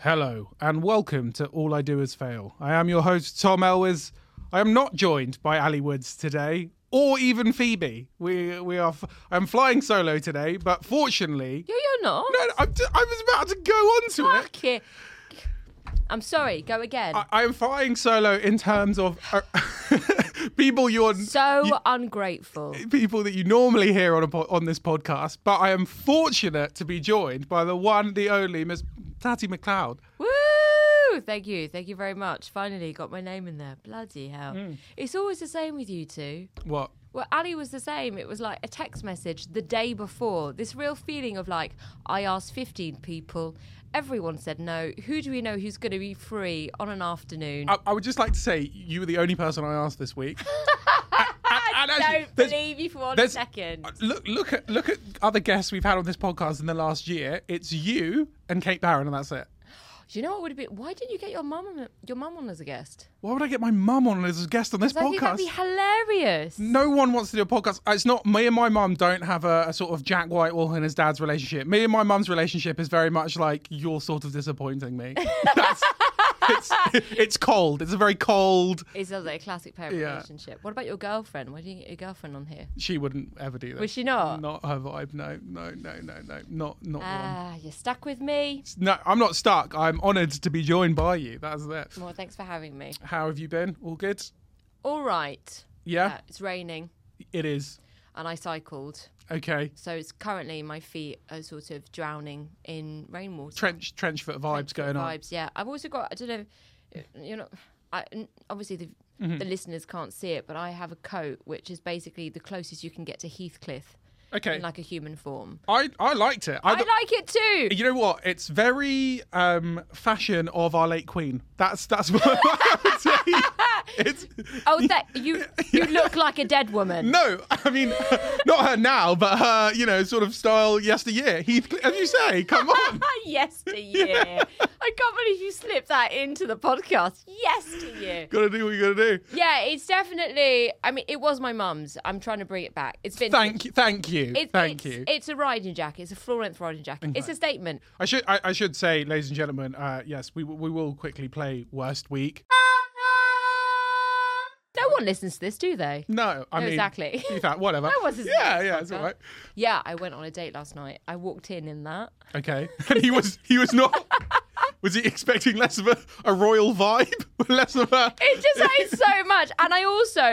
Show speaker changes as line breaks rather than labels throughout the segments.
Hello, and welcome to All I Do Is Fail. I am your host, Tom Elwes. I am not joined by Ali Woods today, or even Phoebe. We we are. F- I'm flying solo today, but fortunately,
No, you're not.
no, no, I'm t- I was about to go on to it.
Fuck it. I'm sorry. Go again.
I- I am flying solo in terms of uh, people you're
so ungrateful.
people that you normally hear on a po- on this podcast, but I am fortunate to be joined by the one, the only Miss Tatty McLeod.
Woo! Thank you. Thank you very much. Finally got my name in there. Bloody hell. It's always the same with you two.
What?
Well, Ali was the same. It was like a text message the day before. This real feeling of like, I asked 15 people. Everyone said no. Who do we know who's going to be free on an afternoon?
I, I would just like to say you were the only person I asked this week. I
Don't believe you for one
there's- uh,
second.
Look, look at look at other guests we've had on this podcast in the last year. It's you and Kate Barron, and that's it.
Do you know what would have been? Why didn't you get your mum on, your mum on as a guest?
Why would I get my mum on as a guest on this
I think that'd
podcast? Mm.
be hilarious.
No one wants to do a podcast. Uh, It's not me and my mum don't have a, a sort of Jack Whitewell and his dad's relationship. Me and my mum's relationship is very much like you're sort of disappointing me. That's, it's, it's cold. It's a very cold.
It sounds like a classic parent
Yeah.
relationship. What about your girlfriend? Why didn't you get your girlfriend on here?
She wouldn't ever do that.
Was she not?
Not her vibe. No, no, no, no, no. Not not one.
Ah, you're stuck with me.
No, I'm not stuck. I'm honoured to be joined by you. That's it.
Well, thanks for having me.
How have you been? All good?
All right.
Yeah,
Uh, it's raining
it is.
and I cycled.
Okay.
So it's currently my feet are sort of drowning in rainwater.
Trench trench foot vibes going on.
vibes. Yeah, I've also got. I don't know. You know, I, n- obviously the
Mm-hmm.
the listeners can't see it, but I have a coat which is basically the closest you can get to Heathcliff
Okay.
in like a human form.
I I liked it. I,
I like it too.
You know what? It's very um, fashion of our late queen. That's that's what I would say. It's
Oh, that you you look like a dead woman.
no, I mean not her now, but her you know sort of style yesteryear. Heathcliff, as you say, come on.
Ah, yesteryear. I can't believe you slipped that into the podcast. Yesteryear.
Gotta do what you gotta do.
Yeah, it's definitely. I mean, it was my mum's. I'm trying to bring it back. It's been.
Thank you, thank you,
It's,
thank
it's,
you.
It's a riding jacket. It's a Florence riding jacket. It's a statement.
I should I, I should say, ladies and gentlemen, uh, yes, we we will quickly play worst week.
No one listens to this, do they?
No, I
No,
mean
exactly.
In fact, whatever.
No one's listening to
yeah,
this
yeah, it's
podcast.
all right.
Yeah, I went on a date last night. I walked in in that.
Okay. And he was he was not was he expecting less of a, a royal vibe? less of a
It just says so much. And I also,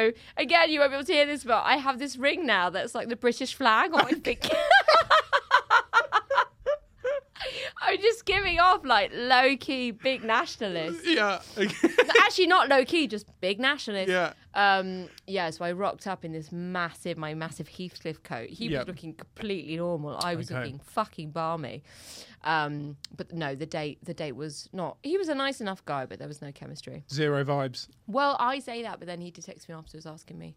again, you won't be able to hear this, but I have this ring now that's like the British flag on my finger. I'm just giving off like low key big nationalist.
Yeah. okay.
Actually, not low key, just big nationalist.
yeah.
Um, yeah, so I rocked up in this massive, my massive Heathcliff coat. He
Yeah.
was looking completely normal. I was
Okay.
looking fucking balmy. Um, but no, the date, the date was not. He was a nice enough guy, but there was no chemistry.
Zero vibes.
Well, I say that, but then he did text me afterwards asking me.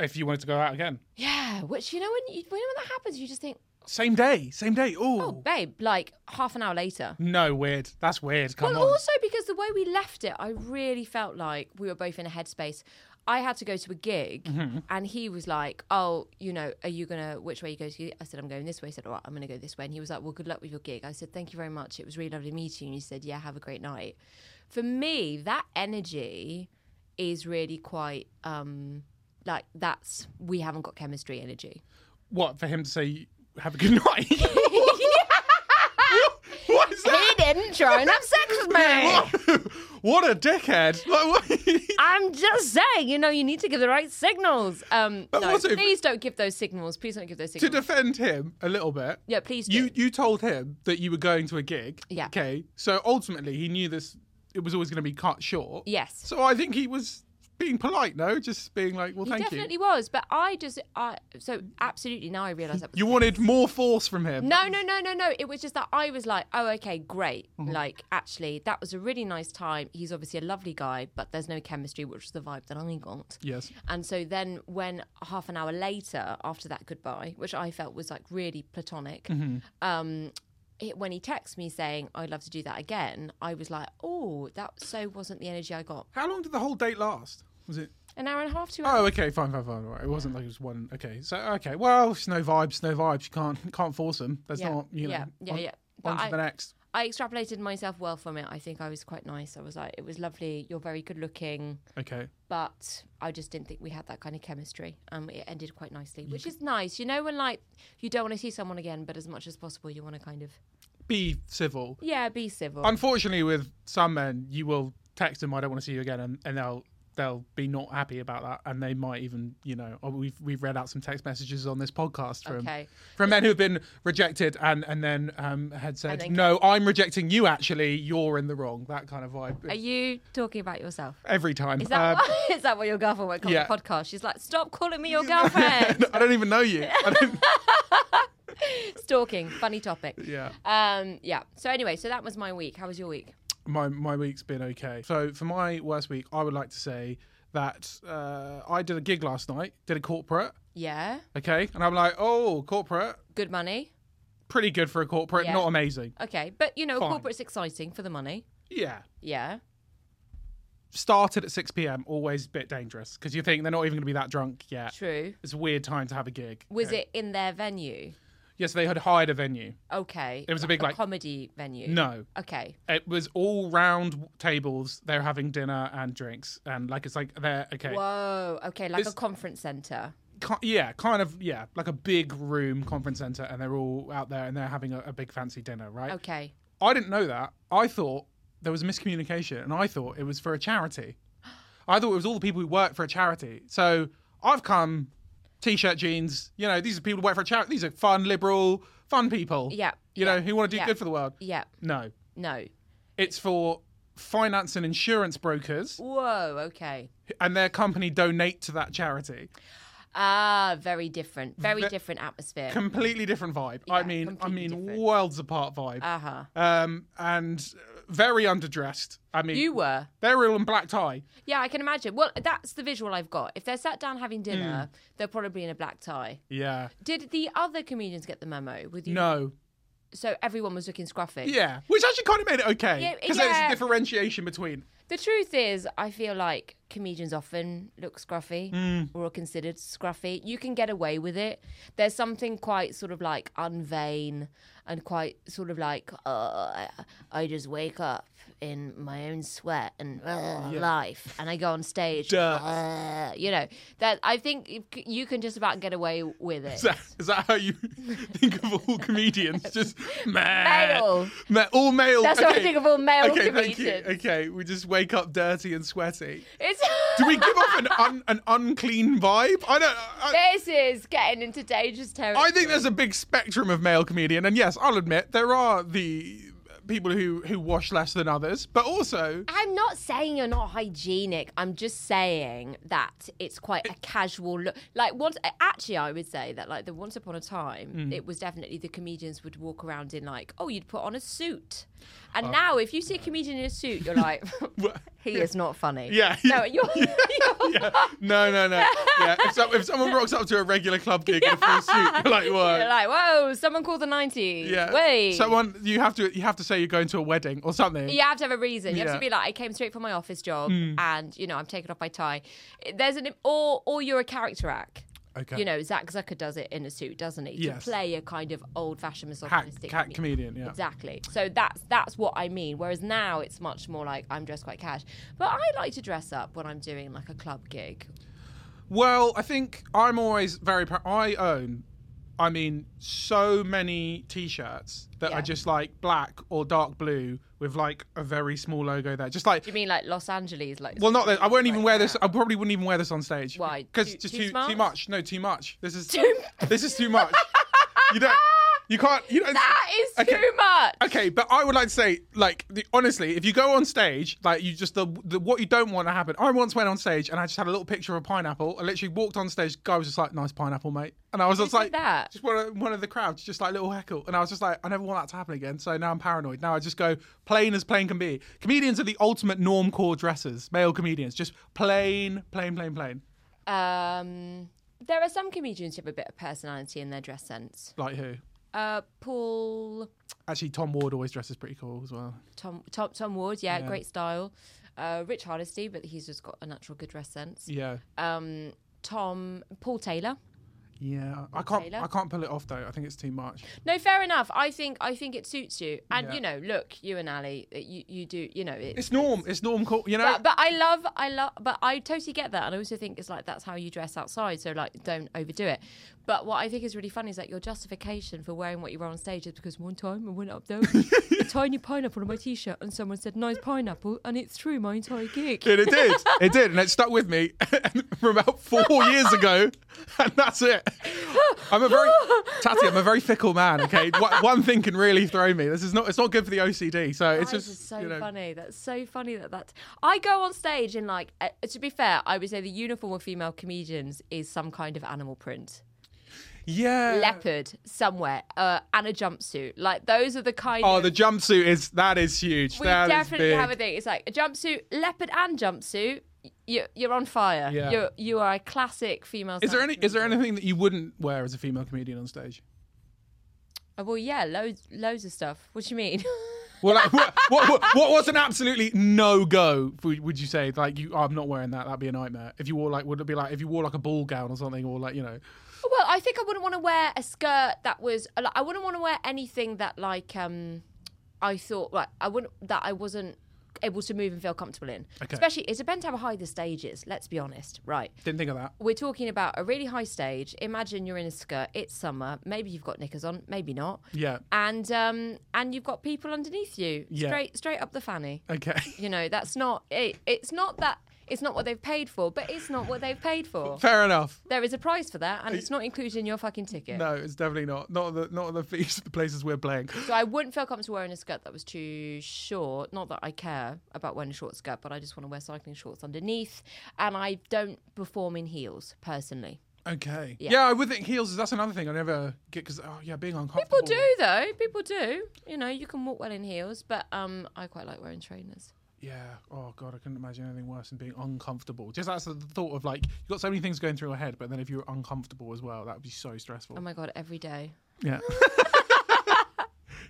If you wanted to go out again.
Yeah, which you know when you, when that happens, you just think,
Same day. Same day. Ooh.
oh, babe, like half an hour later.
No, weird. That's weird. Come
Well,
on.
also because the way we left it, I really felt like we were both in a headspace. I had to go to a gig,
Mm-hmm.
and he was like, "Oh, you know, are you gonna which way you go to?" I said, "I'm going this way." He said, "All right, I'm gonna go this way." And he was like, "Well, good luck with your gig." I said, "Thank you very much. It was really lovely meeting you." He said, "Yeah, have a great night." For me, that energy is really quite um like that's we haven't got chemistry energy.
What for him to say have a good night? What- what is that?
He didn't try and have sex with me.
What? what a dickhead. Like, what?
I'm just saying, you know, you need to give the right signals. Um,
But
no,
also-
please don't give those signals. Please don't give those
to
signals.
defend him a little bit.
yeah, please do.
You you told him that you were going to a gig.
Yeah.
Okay. So ultimately, he knew this. It was always going to be cut short.
yes,
So I think he was being polite. No, just being like, well,
he
thank
definitely
you.
was. But I just, I so absolutely now I realise that. Was
You wanted more force from him.
no, no, no, no, no. It was just that I was like, oh, okay, great.
Mm-hmm.
Like, actually, that was a really nice time. He's obviously a lovely guy, but there's no chemistry, which is the vibe that I got.
Yes.
And so then, when half an hour later, after that goodbye, which I felt was like really platonic,
Mm-hmm.
um, it, when he texts me saying, I'd love to do that again, I was like, oh, that so wasn't the energy I got.
How long did the whole date last? Was it?
An hour and a half, two hours.
Oh, okay, fine, fine, fine. all right. It wasn't like it was one. Okay, so okay, well, it's no vibes, no vibes. You can't can't force them. There's
Yeah,
not, you know.
yeah, yeah,
on-
yeah.
On
But
to
I-
the next.
I extrapolated myself well from it. I think I was quite nice. I was like, it was lovely. You're very good looking,
Okay.
but I just didn't think we had that kind of chemistry. Um, it ended quite nicely, which is nice. You know, when like you don't want to see someone again, but as much as possible, you want to kind of
Be civil.
yeah, be civil.
Unfortunately, with some men, you will text them, "I don't want to see you again," and, and they'll they'll be not happy about that, and they might even, you know, oh, we've we've read out some text messages on this podcast from
Okay.
from men who've been rejected and and then um, had said,
then-
"No, I'm rejecting you. Actually, you're in the wrong." That kind of vibe
Are you talking about yourself?
every time.
Is that,
Um,
why, is that why your girlfriend won't come
yeah.
on the podcast? She's like, stop calling me your girlfriend.
I don't even know you. I don't,
Stalking, funny topic.
yeah.
Um, yeah. So anyway, so that was my week. How was your week?
my my week's been okay. So for my worst week, I would like to say that uh, I did a gig last night, did a corporate,
Yeah.
okay, and I'm like, oh, corporate,
Good money.
pretty good for a corporate,
Yeah.
not amazing.
Okay, but you know,
Fine.
corporate's exciting for the money.
Yeah,
Yeah.
started at 6 p.m. Always a bit dangerous because you think they're not even going to be that drunk yet.
True.
It's a weird time to have a gig.
Was it in their venue?
Yes, they had hired a venue.
Okay.
It was a big, like-
comedy venue.
No,
Okay.
it was all round tables. They're having dinner and drinks, and like it's like they're okay.
Whoa. Okay, like
This-
a conference center.
ki- yeah, kind of, yeah, like a big room conference center, and they're all out there and they're having a, a big fancy dinner, right?
Okay.
I didn't know that. I thought there was a miscommunication, and I thought it was for a charity. I thought it was all the people who work for a charity. So I've come, t-shirt, jeans. You know, these are people who work for a charity. These are fun, liberal, fun people.
Yeah,
You
yeah,
know, who want to do
yeah.
good for the world.
Yeah.
No,
No.
it's for finance and insurance brokers,
Whoa. Okay.
and their company donate to that charity.
Ah, very different. Very
Ve-
different atmosphere.
Completely different vibe. I
Yeah,
mean, I
completely
mean,
different.
worlds apart vibe.
uh huh.
um, and uh, very underdressed. I mean,
You were.
they're all in black tie.
Yeah, I can imagine. Well, that's the visual I've got. If they're sat down having dinner,
Hmm.
they're probably in a black tie.
Yeah.
Did the other comedians get the memo with you?
No.
So everyone was looking scruffy.
Yeah. Which actually kind of made it okay
Yeah,
because
yeah.
there's a differentiation between.
The truth is, I feel like comedians often look scruffy
Mm.
or are considered scruffy. You can get away with it. There's something quite sort of like unvain and quite sort of like, uh, I- I just wake up in my own sweat and uh, life and I go on stage.
Dirt.
uh, you know, that I think you c- you can just about get away with it.
Is that, is that how you think of all comedians? Just meh.
Male.
Meh, all male.
That's
okay.
what I think of all male
Okay,
comedians.
thank you. Okay, we just wake up dirty and sweaty.
It's
Do we give off an un, an unclean vibe? I don't. I,
this is getting into dangerous territory.
I think there's a big spectrum of male comedian, and yes, I'll admit there are the people who who wash less than others, but also
I'm not saying you're not hygienic. I'm just saying that it's quite a casual look. Like once, actually, I would say that like the once upon a time,
Mm.
it was definitely the comedians would walk around in like, oh, you'd put on a suit, and now if you see a comedian in a suit, you're like, he is not funny.
Yeah.
No, you're. you're-
Yeah. No, no, no. Yeah. If, so, if someone rocks up to a regular club gig in a full suit, you're like, what?
you're like, whoa! Someone called the '90s.
yeah.
Wait.
Someone you have to you have to say you're going to a wedding or something.
You have to have a reason. You have
Yeah. Mm.
to be like, I came straight from my office job, and you know, I'm taking off my tie. There's an or or you're a character act.
Okay.
You know, Zach Zucker does it in a suit, doesn't he?
Yes.
To play a kind of old-fashioned
Hack,
misogynistic.
cat
comedian.
comedian. Yeah.
Exactly. So that's that's what I mean. Whereas now it's much more like I'm dressed quite cash, but I like to dress up when I'm doing like a club gig.
Well, I think I'm always very. Pr- I own, I mean, so many T-shirts that
Yeah.
are just like black or dark blue with like a very small logo there, just like.
You mean like Los Angeles? Like
Well, not that I won't even wear this. I probably wouldn't even wear this on stage.
Why?
Because
Too-
just
too
too too
smart?
much. No, too much. This is
Too-
This is too much. you don't. You can't. You don't.
that is
Okay.
too much.
Okay, but I would like to say, like, the, honestly, if you go on stage, like, you just the, the what you don't want to happen. I once went on stage and I just had a little picture of a pineapple. I literally walked on stage. Guy was just like, "Nice pineapple, mate," and I was just
did
like,
that?
just one of, one of the crowds, just like little heckle, and I was just like, I never want that to happen again. So now I'm paranoid. Now I just go plain as plain can be. Comedians are the ultimate norm core dressers. Male comedians, just plain, plain, plain, plain.
Um, there are some comedians who have a bit of personality in their dress sense.
Like who?
Uh, Paul,
Actually, Tom Ward always dresses pretty cool as well.
Tom, Tom, Tom Ward, yeah, great style. Uh, Rich Hardesty, but he's just got a natural good dress sense.
Yeah.
Um, Tom, Paul Taylor,
Yeah, I can't.
Taylor?
I can't pull it off though. I think it's too much.
No, fair enough. I think I think it suits you. And
Yeah.
you know, look, you and Ali, uh, you you do, you know, it,
It's norm. It's norm. Cool. You know.
but, but I love, I love, but I totally get that, and I also think it's like that's how you dress outside, so like don't overdo it. But what I think is really funny is like your justification for wearing what you wear on stage is because one time I went up there, with a tiny pineapple on my t-shirt, and someone said nice pineapple, and it threw my entire gig.
And it did. It did, and it stuck with me from about four years ago, and that's it. I'm a very Tatty. I'm a very fickle man. Okay, one, one thing can really throw me. This is not. It's not good for the OCD. So it's
That is
just
so
you know,
funny. That's so funny that that. I go on stage in like. Uh, to be fair, I would say the uniform of female comedians is some kind of animal print.
Yeah.
leopard somewhere uh, and a jumpsuit. Like those are the kind
Oh,
of
the jumpsuit is that is huge.
we
That is
definitely
big.
have a thing. It's like a jumpsuit, leopard and jumpsuit. You, you're on fire.
Yeah.
You're you are a classic female.
Is there
stand-up
any? Is there
comedian.
anything that you wouldn't wear as a female comedian on stage?
Oh, well, yeah, loads loads of stuff. What do you mean?
Well, like, what, what, what, what was an absolutely no go? Would would you say like you? I'm not wearing that. That'd be a nightmare. If you wore like, would it be like if you wore like a ball gown or something, or like you know,
well, I think I wouldn't want to wear a skirt that was. like, I wouldn't want to wear anything that like um, I thought like I wouldn't that I wasn't able to move and feel comfortable in.
Okay.
Especially it depends how high the stage is. Let's be honest, right?
didn't think of that.
we're talking about a really high stage. Imagine you're in a skirt. It's summer. Maybe you've got knickers on. Maybe not.
Yeah.
And um, and you've got people underneath you.
Yeah.
Straight straight up the fanny.
Okay.
You know that's not it, It's not that. It's not what they've paid for. But it's not what they've paid for.
Fair enough.
There is a price for that, and it's not included in your fucking ticket.
No, it's definitely not. Not the not the fees the places we're playing.
So I wouldn't feel comfortable wearing a skirt that was too short. Not that I care about wearing a short skirt, but I just want to wear cycling shorts underneath. And I don't perform in heels personally.
Okay. Yeah,
Yeah.
I would think heels. is That's another thing I never get because oh yeah, being uncomfortable.
People do though. People do. You know, you can walk well in heels, but um, I quite like wearing trainers.
Yeah. Oh god, I couldn't imagine anything worse than being uncomfortable. Just that's the thought of like you've got so many things going through your head, but then if you're uncomfortable as well, that would be so stressful.
Oh my god, every day.
yeah.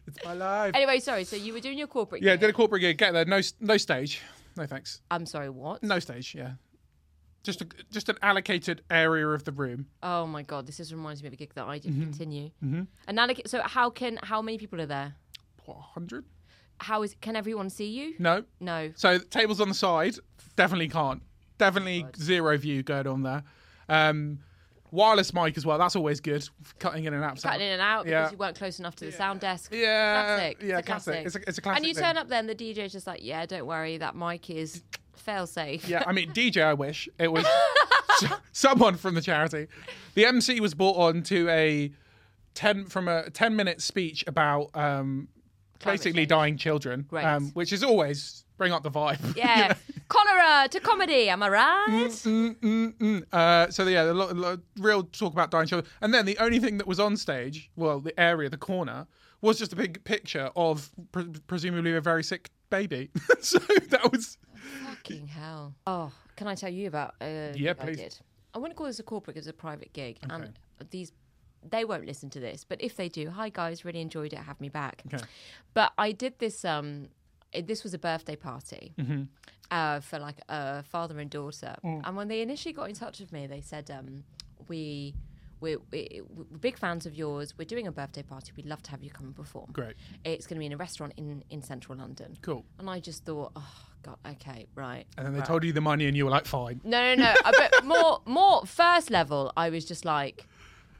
it's my life.
Anyway, sorry. So you were doing your corporate.
Yeah,
gig.
did a corporate gig. Get there. No, s- no stage. No thanks.
I'm sorry. What?
No stage. Yeah, just a, just an allocated area of the room.
Oh my god, this just reminds me of a gig that I
Mm-hmm.
did. Continue. And now, like, so how can how many people are there?
What hundred?
How is can everyone see you?
No.
No.
So the tables on the side definitely can't. Definitely zero view going on there. Um, wireless mic as well. That's always good. for Cutting in and out.
Cutting in and out
Yeah.
because you weren't close enough to the sound desk.
Yeah,
Classic.
yeah,
it's a classic.
classic. It's a- it's a classic
And you
thing.
turn up then, the DJ's just like, yeah, don't worry, that mic is fail safe.
Yeah, I mean DJ. I wish it was s- someone from the charity. The MC was brought on to a ten from a ten minute speech about um,
Climate
basically
change.
dying children,
Great.
um, which is always bring up the vibe.
Yeah. Cholera to comedy, am I right?
Mm, mm, mm. Uh, so yeah, a lot, a lot of real talk about dying children. And then the only thing that was on stage, well, the area, the corner, was just a big picture of pre- presumably a very sick baby. so that was
Fucking hell. Oh, can I tell you about uh,
Yeah,
gig I
please.
did? I wouldn't call this a corporate because it's a private gig. And these, they won't listen to this, but if they do, hi guys, really enjoyed it, have me back.
Okay.
But I did this, um, it- this was a birthday party
Mm-hmm.
uh, for like a father and daughter.
Mm.
And when they initially got in touch with me, they said, um, we, we're, we're we're big fans of yours. We're doing a birthday party. We'd love to have you come and perform.
great.
It's going to be in a restaurant in, in central London.
Cool.
And I just thought, oh god, okay, right.
And then they told you the money, and you were like, fine.
No, no, no. uh, but more, more first level. I was just like,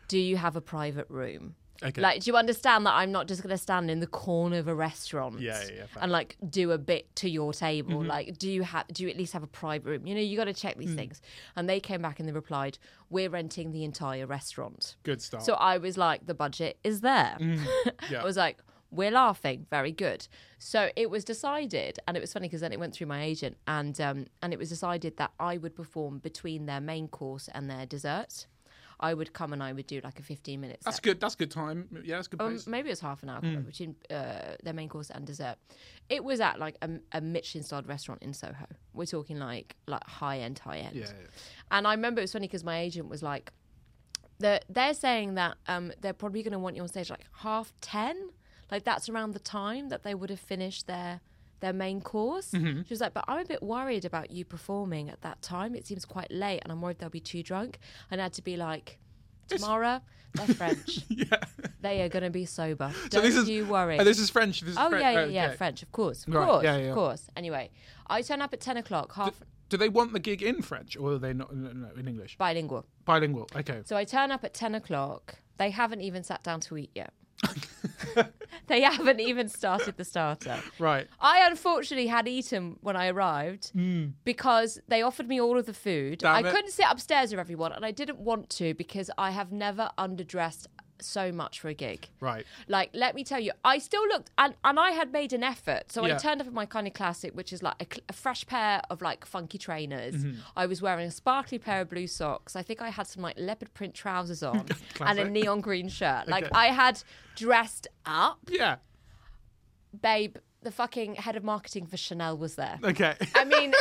do you have a private room?
Okay.
Like, do you understand that I'm not just going to stand in the corner of a restaurant
Yeah, yeah, yeah, fair. Mm-hmm.
and like do a bit to your table? Like, do you have? Do you at least have a private room? You know, you got to check these
Hmm.
things. And they came back and they replied, "We're renting the entire restaurant."
Good stuff.
So I was like, the budget is there.
Mm. yeah.
I was like, we're laughing, very good. So it was decided, and it was funny because then it went through my agent, and um, and it was decided that I would perform between their main course and their dessert. I would come and I would do like a fifteen minute.
that's Mm.
set.
good. That's good time. Yeah, that's good
Um,
place.
maybe it was half an hour between uh, their main course and dessert. It was at like a, a Michelin starred restaurant in Soho. We're talking like like high end, high end.
yeah, yeah.
And I remember it was funny because my agent was like, they're, they're saying that um, they're probably going to want you on stage like half 10. Like that's around the time that they would have finished their their main course.
Mm-hmm.
She was like, but I'm a bit worried about you performing at that time. It seems quite late and I'm worried they'll be too drunk. And I had to be like, Tomorrow, they're French.
Yeah.
They are going to be sober. Don't
So this is
you worry.
Oh, this is French. This is
oh,
Fre-
yeah, yeah,
okay.
yeah, French, of course. Of
Right,
course,
yeah, yeah.
of course. Anyway, I turn up at 10 o'clock, half
Do they want the gig in French or are they not no, no, in English?
bilingual.
Bilingual. Okay.
So I turn up at 10 o'clock. They haven't even sat down to eat yet. they haven't even started the starter.
Right.
I unfortunately had eaten when I arrived because they offered me all of the food.
Hmm. Damn
I
it.
couldn't sit upstairs with everyone and I didn't want to because I have never underdressed so much for a gig.
Right.
Like, let me tell you, I still looked, and, and I had made an effort. So I
Yeah.
turned up in my kind of classic, which is like a, cl- a fresh pair of like funky trainers.
Mm-hmm.
I was wearing a sparkly pair of blue socks. I think I had some like leopard print trousers on and a
Classic.
neon green shirt. Like,
Okay.
I had dressed up.
Yeah.
Babe, the fucking head of marketing for Chanel was there.
Okay.
I mean,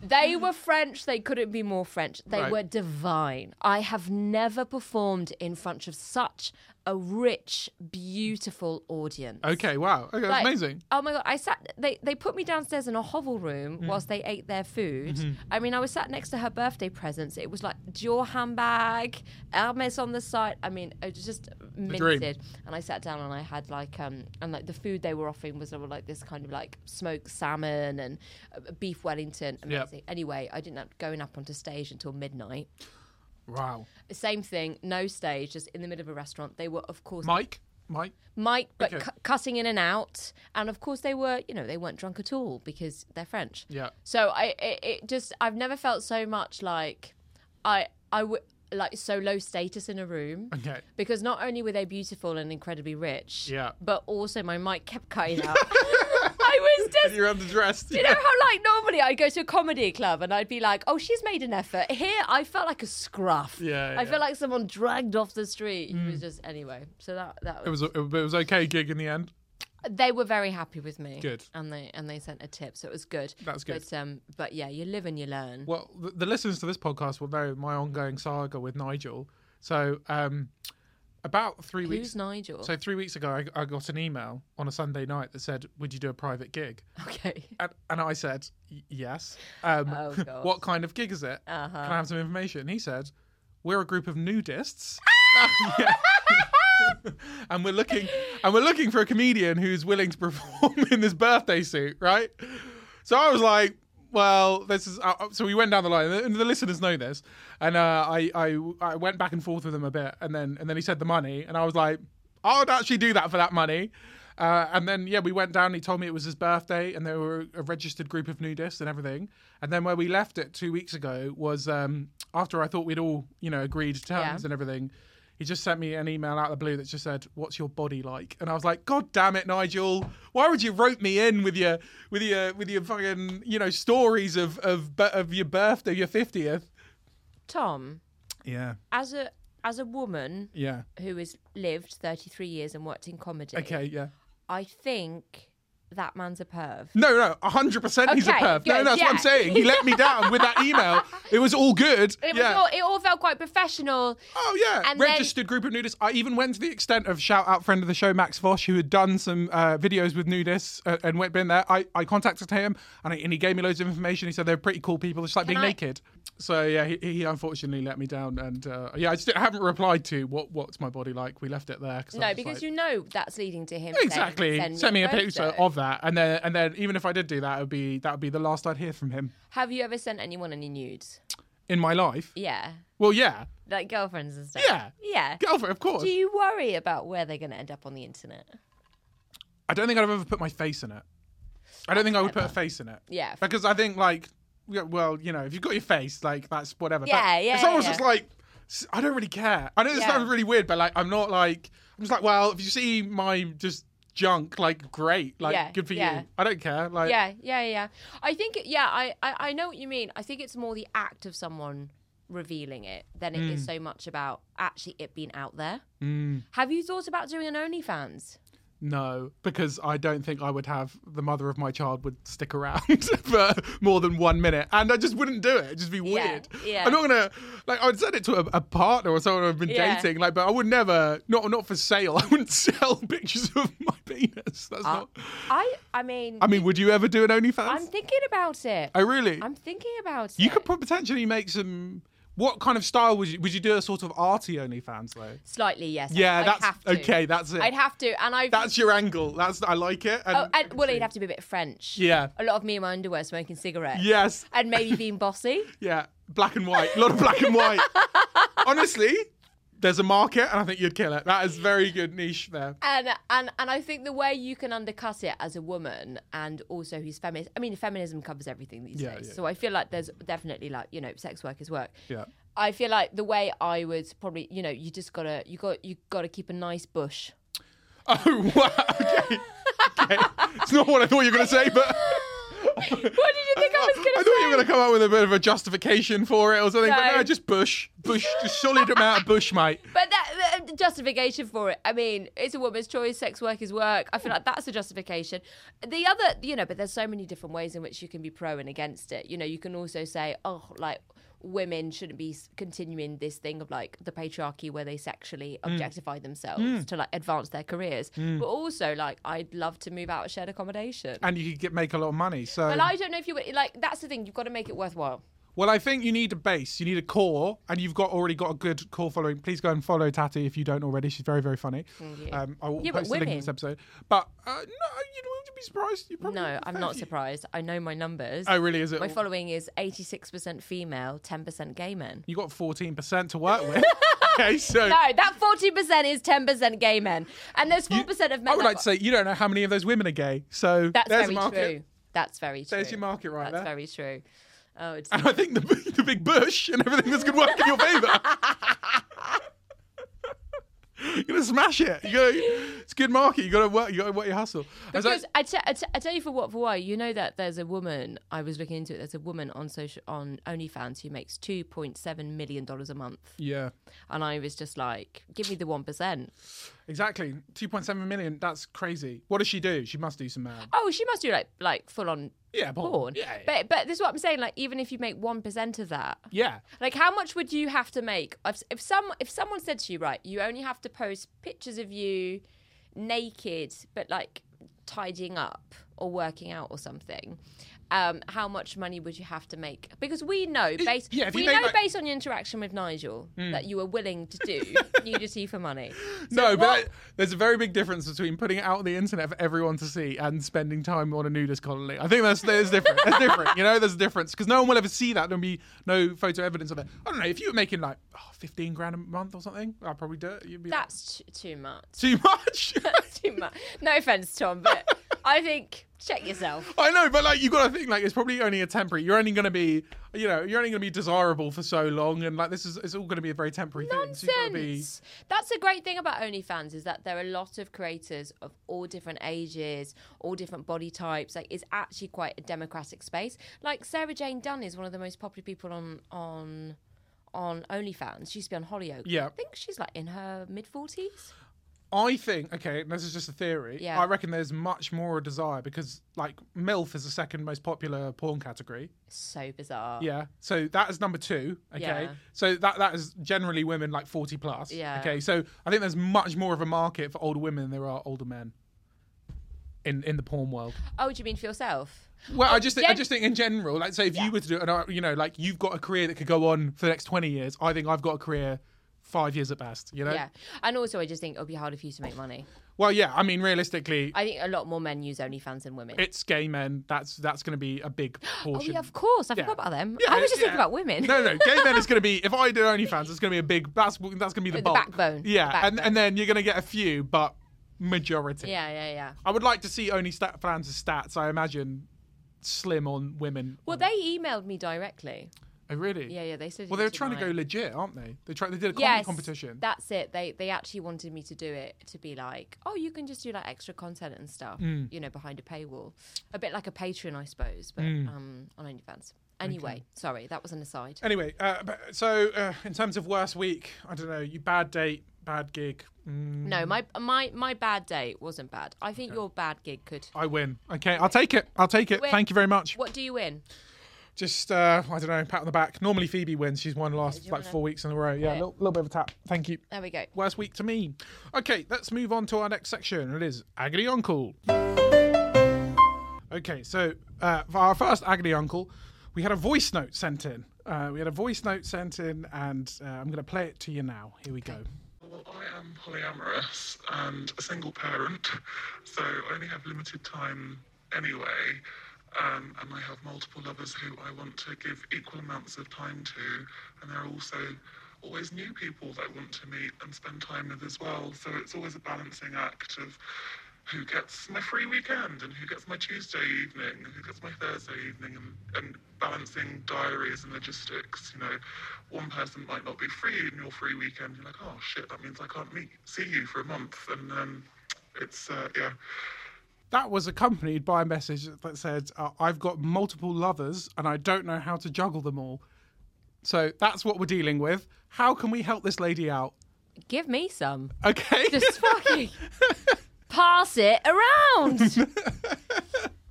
they were French. They couldn't be more French. They
Right.
were divine. I have never performed in front of such a rich, beautiful audience.
okay. Wow. Okay.
Like,
amazing.
Oh my god! I sat. They they put me downstairs in a hovel room
Mm.
whilst they ate their food.
Mm-hmm.
I mean, I was sat next to her birthday presents. It was like Dior handbag, Hermes on the side. I mean, it was just
dream.
minted. And I sat down and I had like um and like the food they were offering was all like this kind of like smoked salmon and uh, beef Wellington.
Yep.
Amazing. Anyway, I didn't end up going up onto stage until midnight.
Wow.
Same thing, no stage, just in the middle of a restaurant. They were of course
Mike. Mike.
Mike, but
Okay.
cu- cutting in and out. And of course, they were, you know, they weren't drunk at all because they're French.
Yeah.
So I, it, it just, I've never felt so much like, I, I w- like so low status in a room.
Okay.
Because not only were they beautiful and incredibly rich,
Yeah.
but also my mic kept cutting out. I was just
You're underdressed.
you know how like normally I'd go to a comedy club and I'd be like, "Oh, she's made an effort." Here, I felt like a scruff.
Yeah, Mm.
I
yeah.
felt like someone dragged off the street. It was just anyway. So that that
It
was,
was a, it was okay gig in the end.
they were very happy with me.
Good.
And they and they sent a tip, so it was good.
That's good.
But um, but yeah, you live and you learn.
Well, the, the listeners to this podcast will know my ongoing saga with Nigel. So, um, about three weeks.
Who's Nigel?
So three weeks ago, I, I got an email on a Sunday night that said, "Would you do a private gig?"
okay.
And, and I said, "Y- "Yes." Um,
Oh, God. Uh-huh.
what kind of gig is it? Can I have some information? And he said, "We're a group of nudists." Yeah. and we're looking and we're looking for a comedian who's willing to perform in this birthday suit, right? So I was like, well, this is uh, so we went down the line, and the listeners know this. And uh, I, I I went back and forth with him a bit, and then and then he said the money, and I was like, I would actually do that for that money. Uh, and then yeah, we went down. And he told me it was his birthday, and there were a registered group of nudists and everything. And then where we left it two weeks ago was um, after I thought we'd all you know agreed terms
Yeah.
and everything. He just sent me an email out of the blue that just said, "What's your body like?" And I was like, "God damn it, Nigel! Why would you rope me in with your with your with your fucking you know stories of of bu- of your birthday, your fiftieth?
Tom,
Yeah,
as a as a woman
yeah,
who has lived 33 years and worked in comedy,
okay, yeah.
I think that man's a perv.
No, no, hundred percent. He's a
Okay,
perv. No,
good,
no, that's what I'm
yeah.
saying. He let me down with that email. It was all good.
It, was
yeah.
all, it all felt quite professional.
Oh yeah,
And then-
registered group of nudists. I even went to the extent of shout out friend of the show Max Fosh, who had done some uh, videos with nudists uh, and went been there. I, I contacted him and, I, and he gave me loads of information. He said they're pretty cool people, just like being
I-
naked. So yeah, he, he unfortunately let me down, and uh, yeah, I, just, I haven't replied to what what's my body like. We left it there. Cause I
No,
was
because
like-
you know that's leading to him.
exactly
Saying,
sent me a picture
photo."
of that, and then and then even if I did do that, it would be that would be the last I'd hear from him
Have you ever sent anyone any nudes?
in my life.
Yeah,
Well, yeah,
like girlfriends and stuff.
Yeah.
yeah.
girlfriend, of course.
Do you worry about where they're going to end up on the internet?
I don't think I've ever put my face in it. I don't think I would put a face in it.
Yeah.
Because I think like, yeah, well, you know, if you've got your face, like that's whatever.
Yeah,
That-
yeah,
It's almost
yeah.
just like s- I don't really care. I know this
Yeah.
sounds really weird, but like I'm not like I'm just like, well, if you see my just junk, like great, like
Yeah,
good for
yeah.
you. I don't care. Like
Yeah, yeah, yeah. I think, yeah, I, I, I know what you mean. I think it's more the act of someone revealing it than it is
Mm.
so much about actually it being out there. Have you thought about doing an OnlyFans?
no, because I don't think I would have the mother of my child would stick around for more than one minute, and I just wouldn't do it. It'd just be weird.
yeah.
I'm not gonna like I would send it to a, a partner or someone I've been
Yeah.
dating, like, but I would never not not for sale. I wouldn't sell pictures of my penis. That's not.
I, I mean,
I mean, would you ever do an
Uh, I'm
OnlyFans?
thinking about it.
I really.
I'm thinking about
you
it.
could pro- potentially make some. What kind of style would you would you do a sort of arty OnlyFans though?
Slightly, yes. I-
Yeah,
I'd
that's
have to.
okay. That's it.
I'd have to, and I've.
that's your angle. That's I like it.
oh, and, well,
see.
it'd have to be a bit French.
Yeah.
A lot of me in my underwear smoking cigarettes.
Yes.
And maybe being bossy.
Yeah. Black and white. A lot of black and white. Honestly, there's a market, and I think you'd kill it. That is very good niche there.
And, and and I think the way you can undercut it as a woman and also who's feminist I mean feminism covers everything these
Yeah,
days.
yeah,
so I feel like there's definitely like, you know, sex work is work.
Yeah.
I feel like the way I would probably you know, you just gotta you got you gotta keep a nice bush.
Oh wow. Okay. okay. It's not what I thought you were going to say, but.
what did you think I was gonna
I
say?
thought you were going to come up with a bit of a justification for it or something, but
No.
no, just bush, bush, just solid amount of bush, mate.
But that, the justification for it. I mean, it's a woman's choice. Sex work is work. I feel like that's a justification. The other, you know, but there's so many different ways in which you can be pro and against it. You know, you can also say, oh, like women shouldn't be s- continuing this thing of like the patriarchy where they sexually objectify themselves to like advance their careers. But also, like, I'd love to move out of shared accommodation.
And you could get make a lot of money. So,
Well, I don't know if you would like. That's the thing. You've got to make it worthwhile.
well, I think you need a base, you need a core, and you've got already got a good core following. Please go and follow Tati if you don't already. She's very, very funny. Um, I will
Yeah, but
post the link in
women.
this episode. But uh, no, you wouldn't be surprised. You probably
No, I'm
fair
not
few-
surprised. I know my numbers.
Oh, really? Is it?
My following is 86% female, 10% gay men.
you got 14% to work with. okay, so
No, that 40% is 10% gay men. And there's 4% of men.
I would
that-
like to say you don't know how many of those women are gay. So
That's
there's
very
a market.
true. That's very true.
There's your market right
That's
there.
very true. Oh, it's.
And I think the, the big bush and everything that's going to work in your favour. You're gonna smash it. You gotta, it's good market. You gotta work. You gotta work your hustle. I was like,
Because I, te- I, te- I tell you for what for why you know that there's a woman I was looking into it there's a woman on social on OnlyFans who makes two point seven million dollars a month
yeah,
and I was just like give me the one percent
exactly. Two point seven million. That's crazy. What does she do? She must do some mad.
oh she must do like like full on
Yeah, porn.
porn
Yeah, yeah.
but but this is what I'm saying like even if you make one percent of that
yeah.
Like, how much would you have to make if if some if someone said to you, right, you only have to post pictures of you naked, but like tidying up or working out or something? Um, how much money would you have to make? Because we know based
yeah, if you
we
made,
know
like- Hmm.
based on your interaction with Nigel that you were willing to do nudity for money. So
no, but
what-
that- there's a very big difference between putting it out on the internet for everyone to see and spending time on a nudist colony. I think that's there's different. There's different. You know, there's a difference because no one will ever see that. There'll be no photo evidence of it. I don't know if you were making like oh, 15 grand a month or something. I'd probably do it. You'd be like,
that's t- too much.
too much.
That's too much. No offense, Tom, but I think check yourself.
I know, but like you got to think like it's probably only a temporary. You're only going to be, you know, you're only going to be desirable for so long, and like this is it's all going to be a very temporary thing. So you've gotta be-
Nonsense. That's the great thing about OnlyFans is that there are a lot of creators of all different ages, all different body types. Like it's actually quite a democratic space. Like Sarah Jane Dunn is one of the most popular people on on on OnlyFans. She used to be on Hollyoaks.
Yeah.
I think she's like in her mid forties.
I think okay, and this is just a theory.
Yeah.
I reckon there's much more a desire because like MILF is the second most popular porn category.
So bizarre.
Yeah. So that is number two. Okay.
Yeah.
So that that is generally women like forty plus.
Yeah.
Okay. So I think there's much more of a market for older women than there are older men. In in the porn world.
Oh, do you mean for yourself?
Well, I just think, I
gen-
just think in general, like say if you were to do it, and I- you know, like you've got a career that could go on for the next twenty years. I think I've got a career five years at best. You know.
Yeah. And also, I just think it'll be harder for you to make money.
Well, yeah. I mean, realistically,
I think a lot more men use OnlyFans than women.
it's gay men. That's that's going to be a big
oh
portion.
yeah, of course. I
Yeah.
forgot about them.
Yeah,
I was just
yeah.
thinking about women.
No, no, gay men is going to be. If I do OnlyFans, it's going to be a big. That's that's going to be the,
The
bulk.
backbone, the
Yeah, and
backbone.
and then you're going to get a few, but majority.
Yeah, yeah, yeah.
I would like to see OnlyFans' stats. I imagine slim on women.
Well, they emailed me directly.
oh, really?
Yeah, yeah, they said.
Well,
you
they're
should
trying to
buy
go
it.
legit, aren't they? They try. They did a comedy
Yes,
competition.
That's it. They they actually wanted me to do it to be like, oh, you can just do like extra content and stuff,
Mm.
you know, behind a paywall, a bit like a Patreon, I suppose, but
Mm.
um, on OnlyFans. Anyway, sorry, that was an aside.
Anyway, uh, but- so uh, in terms of worst week, I don't know. You bad date, bad gig. Mm,
No, my my my bad date wasn't bad. I think your bad gig could.
I win. Okay, I'll take it. I'll take it.
Wait.
Thank you very much.
What do you win?
Just uh, I don't know. Pat on the back. Normally Phoebe wins. She's won the last
you
like
wanna-
four weeks in a row. Yeah, a
Yeah.
little, little bit of a tap. Thank you.
There we go.
Worst week to me. Okay, let's move on to our next section. It is Agony Uncle. Okay, so uh, for our first Agony Uncle, we had a voice note sent in Uh, we had a voice note sent in, and uh, I'm going to play it to you now. Here we go.
I am polyamorous and a single parent, so I only have limited time anyway. Um, and I have multiple lovers who I want to give equal amounts of time to, and there are also always new people that I want to meet and spend time with as well. So it's always a balancing act of who gets my free weekend and who gets my Tuesday evening and who gets my Thursday evening and, and balancing diaries and logistics. You know, one person might not be free in your free weekend. You're like, oh shit, that means I can't meet, see you for a month. And um, it's, uh, yeah.
That was accompanied by a message that said, uh, I've got multiple lovers and I don't know how to juggle them all. So that's what we're dealing with. How can we help this lady out?
Give me some.
Okay.
Just fucking pass it around.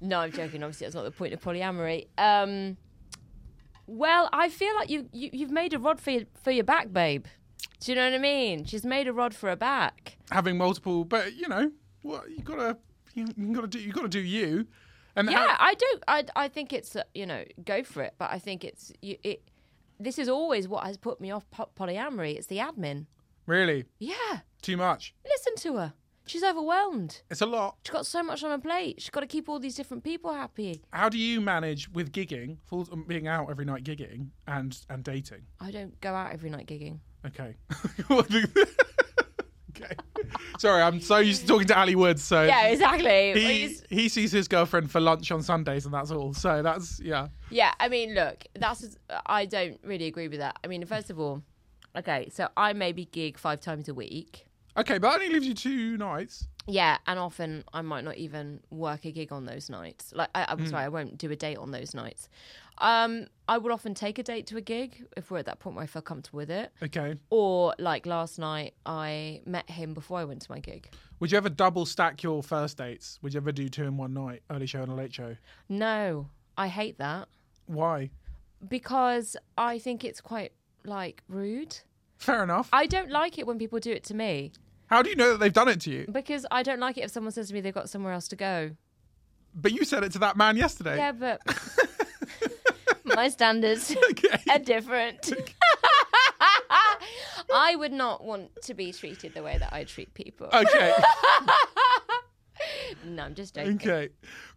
no, I'm joking. Obviously, that's not the point of polyamory. Um, well, I feel like you, you you've made a rod for your, for your back, babe. Do you know what I mean? She's made a rod for her back.
Having multiple, but you know, what you gotta, you, you gotta do, you gotta do you. And
Yeah,
how-
I do. I I think it's uh, you know go for it, but I think it's you, it. This is always what has put me off po- polyamory. It's the admin.
really
Yeah,
too much.
listen to her. She's overwhelmed.
It's a lot.
She's got so much on her plate. She's got to keep all these different people happy.
How do you manage with gigging, full, um, being out every night gigging and and dating?
I don't go out every night gigging.
Okay. okay. Sorry, I'm so used to talking to Ali Woods. So
Yeah, exactly.
he he sees his girlfriend for lunch on Sundays, and that's all. So that's yeah.
Yeah, I mean, look, that's I don't really agree with that. I mean, first of all, okay, so I maybe gig five times a week.
Okay, but that only leaves you two nights.
Yeah, and often I might not even work a gig on those nights. Like, I, I'm sorry, I won't do a date on those nights. Um, I will often take a date to a gig if we're at that point where I feel comfortable with it.
Okay.
Or like last night, I met him before I went to my gig.
Would you ever double stack your first dates? Would you ever do two in one night, early show and a late show?
No, I hate that
Why?
because I think it's quite like rude.
Fair enough.
I don't like it when people do it to me.
How do you know that they've done it to you?
Because I don't like it if someone says to me they've got somewhere else to go.
But you said it to that man yesterday.
Yeah, but my standards
Okay.
are different. I would not want to be treated the way that I treat people.
Okay.
No, I'm just joking.
okay.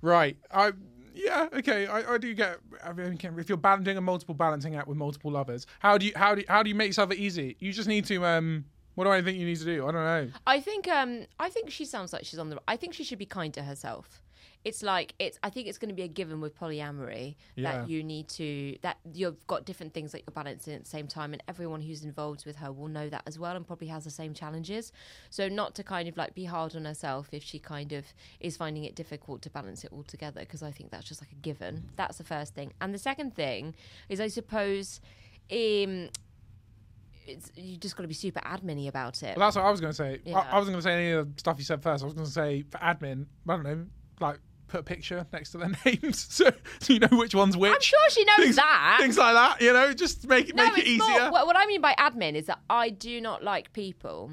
Right. I yeah. Okay. I, I do get. I mean, can- if you're bal- doing a multiple balancing act with multiple lovers, how do you how do you, how do you make yourself easy? You just need to um. What do I think you need to do? I don't know.
I think um I think she sounds like she's on the I think she should be kind to herself. It's like it's I think it's going to be a given with polyamory
Yeah.
that you need to that you've got different things that you're balancing at the same time and everyone who's involved with her will know that as well and probably has the same challenges. So not to kind of like be hard on herself if she kind of is finding it difficult to balance it all together because I think that's just like a given. That's the first thing. And the second thing is I suppose um it's, you just got to be super admin about it.
Well, that's what I was going to say.
Yeah.
I, I wasn't going to say any of the stuff you said first. I was going to say for admin. I don't know. Like put a picture next to their names so, so you know which one's which.
I'm sure she knows
things,
that.
Things like that. You know, just make it
no,
make it
it's
easier.
More, what, what I mean by admin is that I do not like people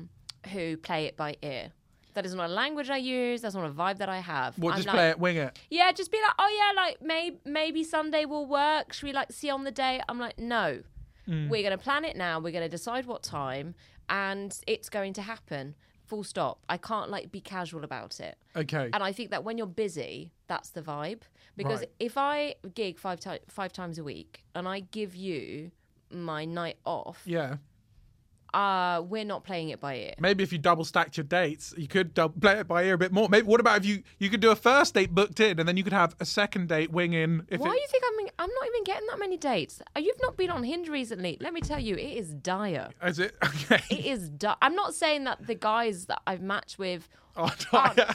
who play it by ear. That is not a language I use. That's not a vibe that I have.
Well,
I'm
just
like,
play it, wing it.
Yeah, just be like, oh yeah, like maybe maybe Sunday will work. Should we like see on the day? I'm like, no,
Mm.
we're gonna plan it now. We're gonna decide what time, and it's going to happen. Full stop. I can't like be casual about it.
Okay.
And I think that when you're busy, that's the vibe. Because
Right.
if I gig five ti- five times a week and I give you my night off,
Yeah.
uh, we're not playing it by ear.
Maybe if you double stacked your dates, you could dub- play it by ear a bit more. Maybe what about if you you could do a first date booked in, and then you could have a second date wing in. If
Why
it-
do you think I'm? I'm not even getting that many dates. Uh, You've not been on Hinge recently. Let me tell you, it is dire.
is it okay?
It is. Di- I'm not saying that the guys that I've matched with
Oh, dire.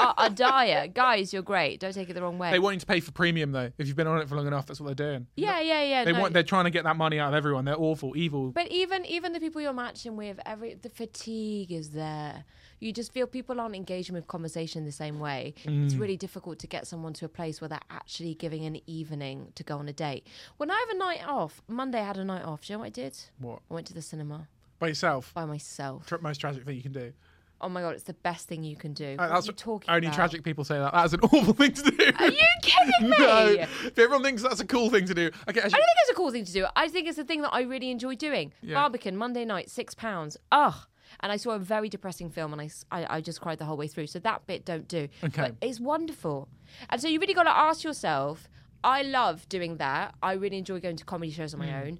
are, are dire. Guys, you're great. Don't take it the wrong way.
they want you to pay for premium though. If you've been on it for long enough, that's what they're doing.
yeah, yeah, yeah.
They
no.
want. They're trying to get that money out of everyone. They're awful, evil.
But even even the people you're matching with, every the fatigue is there. You just feel people aren't engaging with conversation the same way.
Mm.
It's really difficult to get someone to a place where they're actually giving an evening to go on a date. When I have a night off, Monday I had a night off. Do you know what I did?
What?
I went to the cinema
By yourself.
by myself.
Tr- most tragic thing you can do.
Oh my god, it's the best thing you can do.
Uh,
what
that's
are you talking
only
about?
tragic people say that. That's an awful thing to do.
Are you kidding me?
No, If everyone thinks that's a cool thing to do. Okay,
I
actually,
don't think it's a cool thing to do. I think it's a thing that I really enjoy doing.
Yeah.
Barbican, Monday night, six pounds. Ugh. And I saw a very depressing film and I, s- I- I just cried the whole way through. So that bit don't do.
Okay.
But it's wonderful. And so you really got to ask yourself I love doing that. I really enjoy going to comedy shows on my
Mm.
own.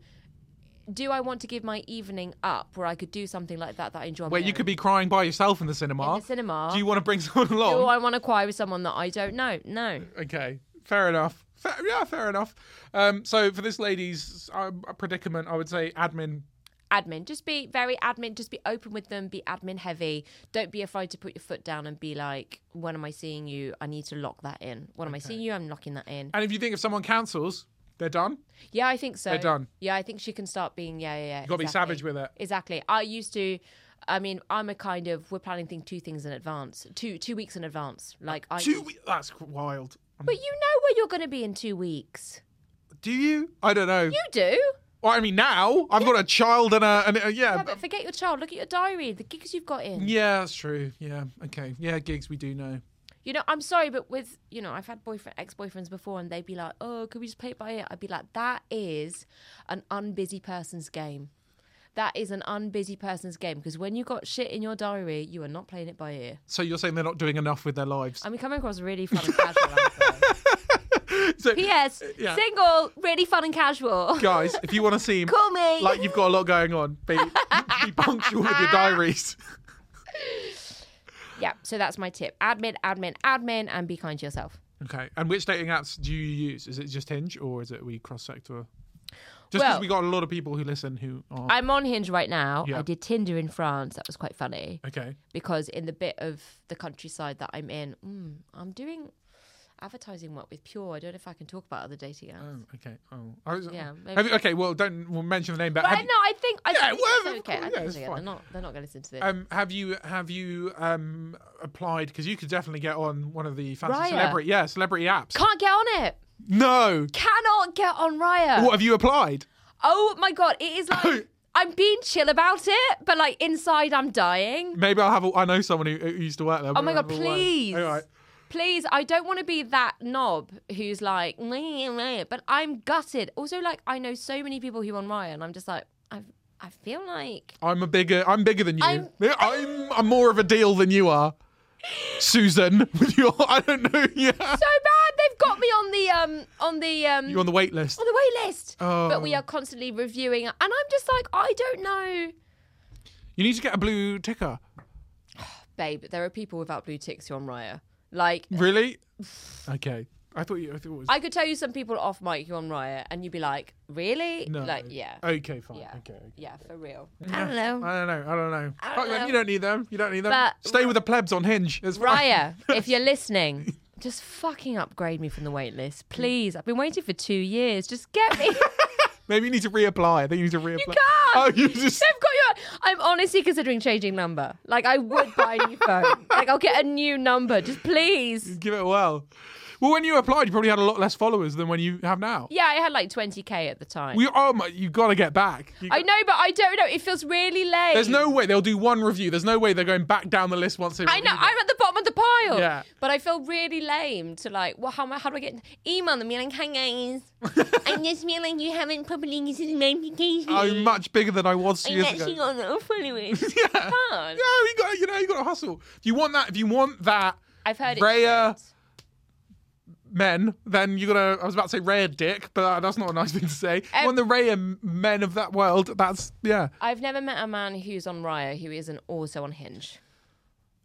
Do I want to give my evening up where I could do something like that that I enjoy? on
where
my
you
own?
could be crying by yourself in the cinema.
In the cinema.
Do you want to bring someone
Do
along?
I want to cry with someone that I don't know? No.
Okay, fair enough. Fair, yeah, fair enough. Um, so for this lady's uh, predicament, I would say admin.
admin. Just be very admin. Just be open with them. Be admin heavy. Don't be afraid to put your foot down and be like, "When am I seeing you? I need to lock that in. When am I seeing you? I'm locking that in."
And if you think if someone cancels, they're done.
Yeah, I think so.
They're done.
Yeah, I think she can start being. Yeah, yeah, yeah. You
gotta be savage with it.
Exactly. I used to. I mean, I'm a kind of we're planning thing two things in advance, two two weeks in advance. Like I,
Two. we- That's wild. Um,
but you know where you're going to be in two weeks.
Do you? I don't know.
You do.
Well, I mean, now I've got a child and a, and a yeah.
Yeah, but forget your child. Look at your diary, the gigs you've got in.
yeah, that's true. Yeah. Okay. Yeah, gigs we do know.
You know, I'm sorry, but with you know, I've had boyfriend ex boyfriends before, and they'd be like, "Oh, could we just play it by ear?" I'd be like, "That is an unbusy person's game. That is an unbusy person's game because when you got shit in your diary, you are not playing it by ear."
So you're saying they're not doing enough with their lives?
I mean, coming across really fun and casual. aren't
So, uh,
I? P.S.
Yeah.
Single, really fun and casual.
guys, if you want to seem
Call me.
like you've got a lot going on, be, be punctual with your diaries.
yeah, so that's my tip: admin, admin, admin, and be kind to yourself.
Okay. And which dating apps do you use? Is it just Hinge or is it we cross sector? Just because
Well-
we got a lot of people who listen who are
I'm on Hinge right now.
Yeah.
I did Tinder in France. That was quite funny.
okay.
because in the bit of the countryside that I'm in, mm, I'm doing advertising work with Pure. I don't know if I can talk about other dating apps.
Oh, okay. Oh, I was,
Yeah,
Have you, okay. Well, don't we'll mention the name. But
But
have,
I- no, I think I
Yeah,
think
whatever,
it's okay.
yeah,
I think
it's
it's okay. They're
fine.
not they're not going to listen to this.
um, have you have you um applied? Because you could definitely get on one of the fancy
Raya.
celebrity yeah celebrity apps.
Can't get on it.
no.
Cannot get on Raya.
What have you applied?
Oh my god, it is like I'm being chill about it, but like inside I'm dying.
Maybe I'll have. A, I know someone who, who used to work there.
Oh my god,
We'll have a word.
please.
All right.
Please, I don't want to be that knob who's like, "Meh, meh," but I'm gutted. Also, like, I know so many people who on Raya, and I'm just like, I, I feel like
I'm a bigger. I'm bigger than you. I'm.
I'm-
I'm, more of a deal than you are, Susan. With your, I don't know. Yeah.
so bad. They've got me on the um on the um
You're on the wait list.
on the wait list.
Oh.
But we are constantly reviewing, and I'm just like, I don't know,
You need to get a blue ticker.
babe. There are people without blue ticks who are on Raya. Like,
Really? Okay. I thought you. I thought it was.
I could tell you some people off mic who are on Raya, and you'd be like, really?
no.
Like, yeah,
Okay. Fine.
yeah,
Okay. okay.
yeah, for real. I don't know.
I don't know. I don't know.
I don't
Fuck them,
know.
You don't need them. You don't need them.
But-
Stay with the plebs on Hinge. It's fine.
Raya, if you're listening, just fucking upgrade me from the wait list, please. I've been waiting for two years. Just get me.
Maybe you need to reapply. I think you need to reapply.
can't.
Oh, you just.
I've got your. I'm honestly considering changing number. Like I would buy a new phone. Like I'll get a new number. Just please.
Give it a whirl. Well, when you applied, you probably had a lot less followers than when you have now.
Yeah, I had like 20k at the time.
We, oh my, you got to get back. You
I know, but I don't know. It feels really late.
There's no way they'll do one review. There's no way they're going back down the list once they.
I know.
review
I'm at the bottom of the pile.
Yeah.
But I feel really lame to like. Well, how, am I- how do I get email them? You're like, hi guys. I'm just feeling you haven't properly considered my
it.
application.
I'm much bigger than I was two
I'm
Oh, years
actually
ago.
on the followers.
Yeah.
Can't.
No, you got you know you got to hustle. If you want that, if you want that
I've heard it.
Raya- men, then you got to. I was about to say rare dick, but uh, that's not a nice thing to say. If you
Um,
want the rare men of that world. That's yeah.
I've never met a man who's on Raya who isn't also on Hinge.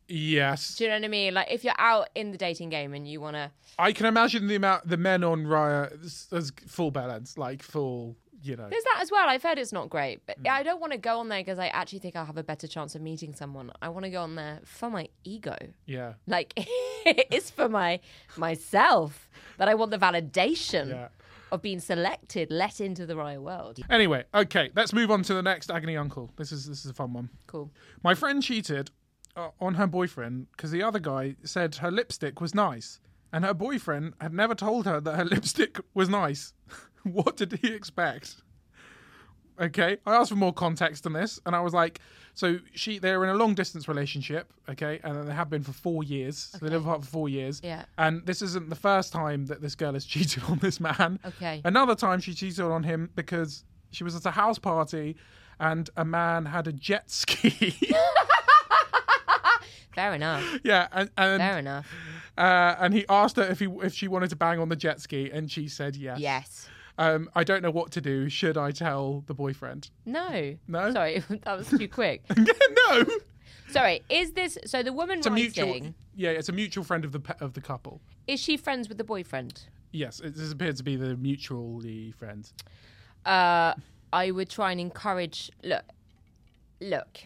Yes,
Do you know what I mean? Like if you're out in the dating game and you want to,
I can imagine the amount the men on Raya as- as full balance, like full. You know,
there's that as well. I've heard it's not great, but
Mm.
I don't want to go on there because I actually think I'll have a better chance of meeting someone. I want to go on there for my ego.
yeah.
Like it's for my myself that I want the validation
Yeah.
of being selected, let into the Raya world.
Anyway, okay, let's move on to the next agony uncle. This is this is a fun one.
Cool.
My friend cheated uh, on her boyfriend because the other guy said her lipstick was nice, and her boyfriend had never told her that her lipstick was nice. what did he expect? Okay, I asked for more context on this, and I was like, so she they're in a long distance relationship, okay, and they have been for four years. So They live apart for four years.
Yeah.
And this isn't the first time that this girl has cheated on this man.
Okay.
Another time she cheated on him because she was at a house party, and a man had a jet ski.
Fair enough.
yeah, and and,
Fair enough.
uh, and he asked her if he if she wanted to bang on the jet ski, and she said yes.
Yes.
Um, I don't know what to do. Should I tell the boyfriend?
No.
No?
Sorry, that was too quick.
no.
Sorry, is this so the woman
It's a mutual.
writing
Yeah, it's a mutual friend of the pe- of the couple.
is she friends with the boyfriend?
Yes, it, this appears to be the mutually friends.
uh, I would try and encourage. Look, look.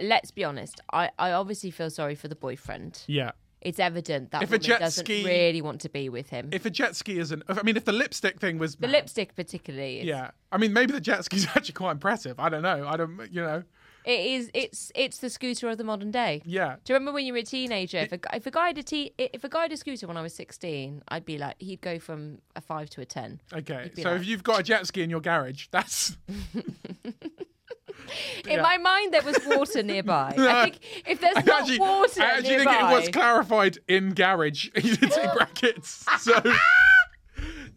Let's be honest. I, I obviously feel sorry for the boyfriend.
Yeah.
It's evident that
If a
woman
jet
doesn't
ski-
really want to be with him.
If a jet ski isn't, I mean, if the lipstick thing was
the lipstick, particularly, is,
Yeah, I mean, maybe the jet ski's actually quite impressive. I don't know. I don't. You know.
it is. It's it's the scooter of the modern day.
Yeah.
Do you remember when you were a teenager? If a, gu- if a guy had a te- if a guy had a scooter when I was sixteen, I'd be like, he'd go from a five to a ten.
Okay.
be
So
like-
if you've got a jet ski in your garage, that's
In my mind, there was water nearby. I think if there's
I
not
actually,
water
I actually
nearby,
think it was clarified in garage in brackets. So that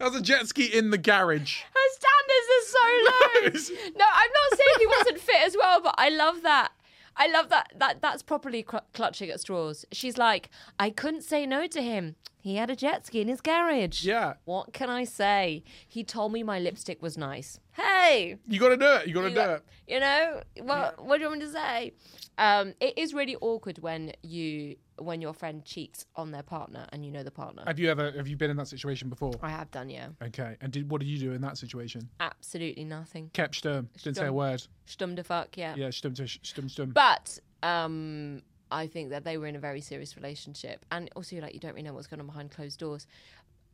was a jet ski in the garage.
Her standards are so low. No, I'm not saying he wasn't fit as well, but I love that. I love that. That that's properly cl- clutching at straws. She's like, I couldn't say no to him. He had a jet ski in his garage.
Yeah.
What can I say? He told me my lipstick was nice. Hey.
You gotta do it. You gotta
You
do
got-
it.
you know what? What do you want me to say? Um, it is really awkward when you when your friend cheats on their partner and you know the partner. I,
Have you ever have you been in that situation before?
have done yeah,
Okay. And did what did you do in that situation?
absolutely nothing.
Kept stum. Didn't say a
Stum.
word.
Stum to fuck yeah.
Yeah, stum to stum stum.
But um, I think that they were in a very serious relationship, and also like you don't really know what's going on behind closed doors.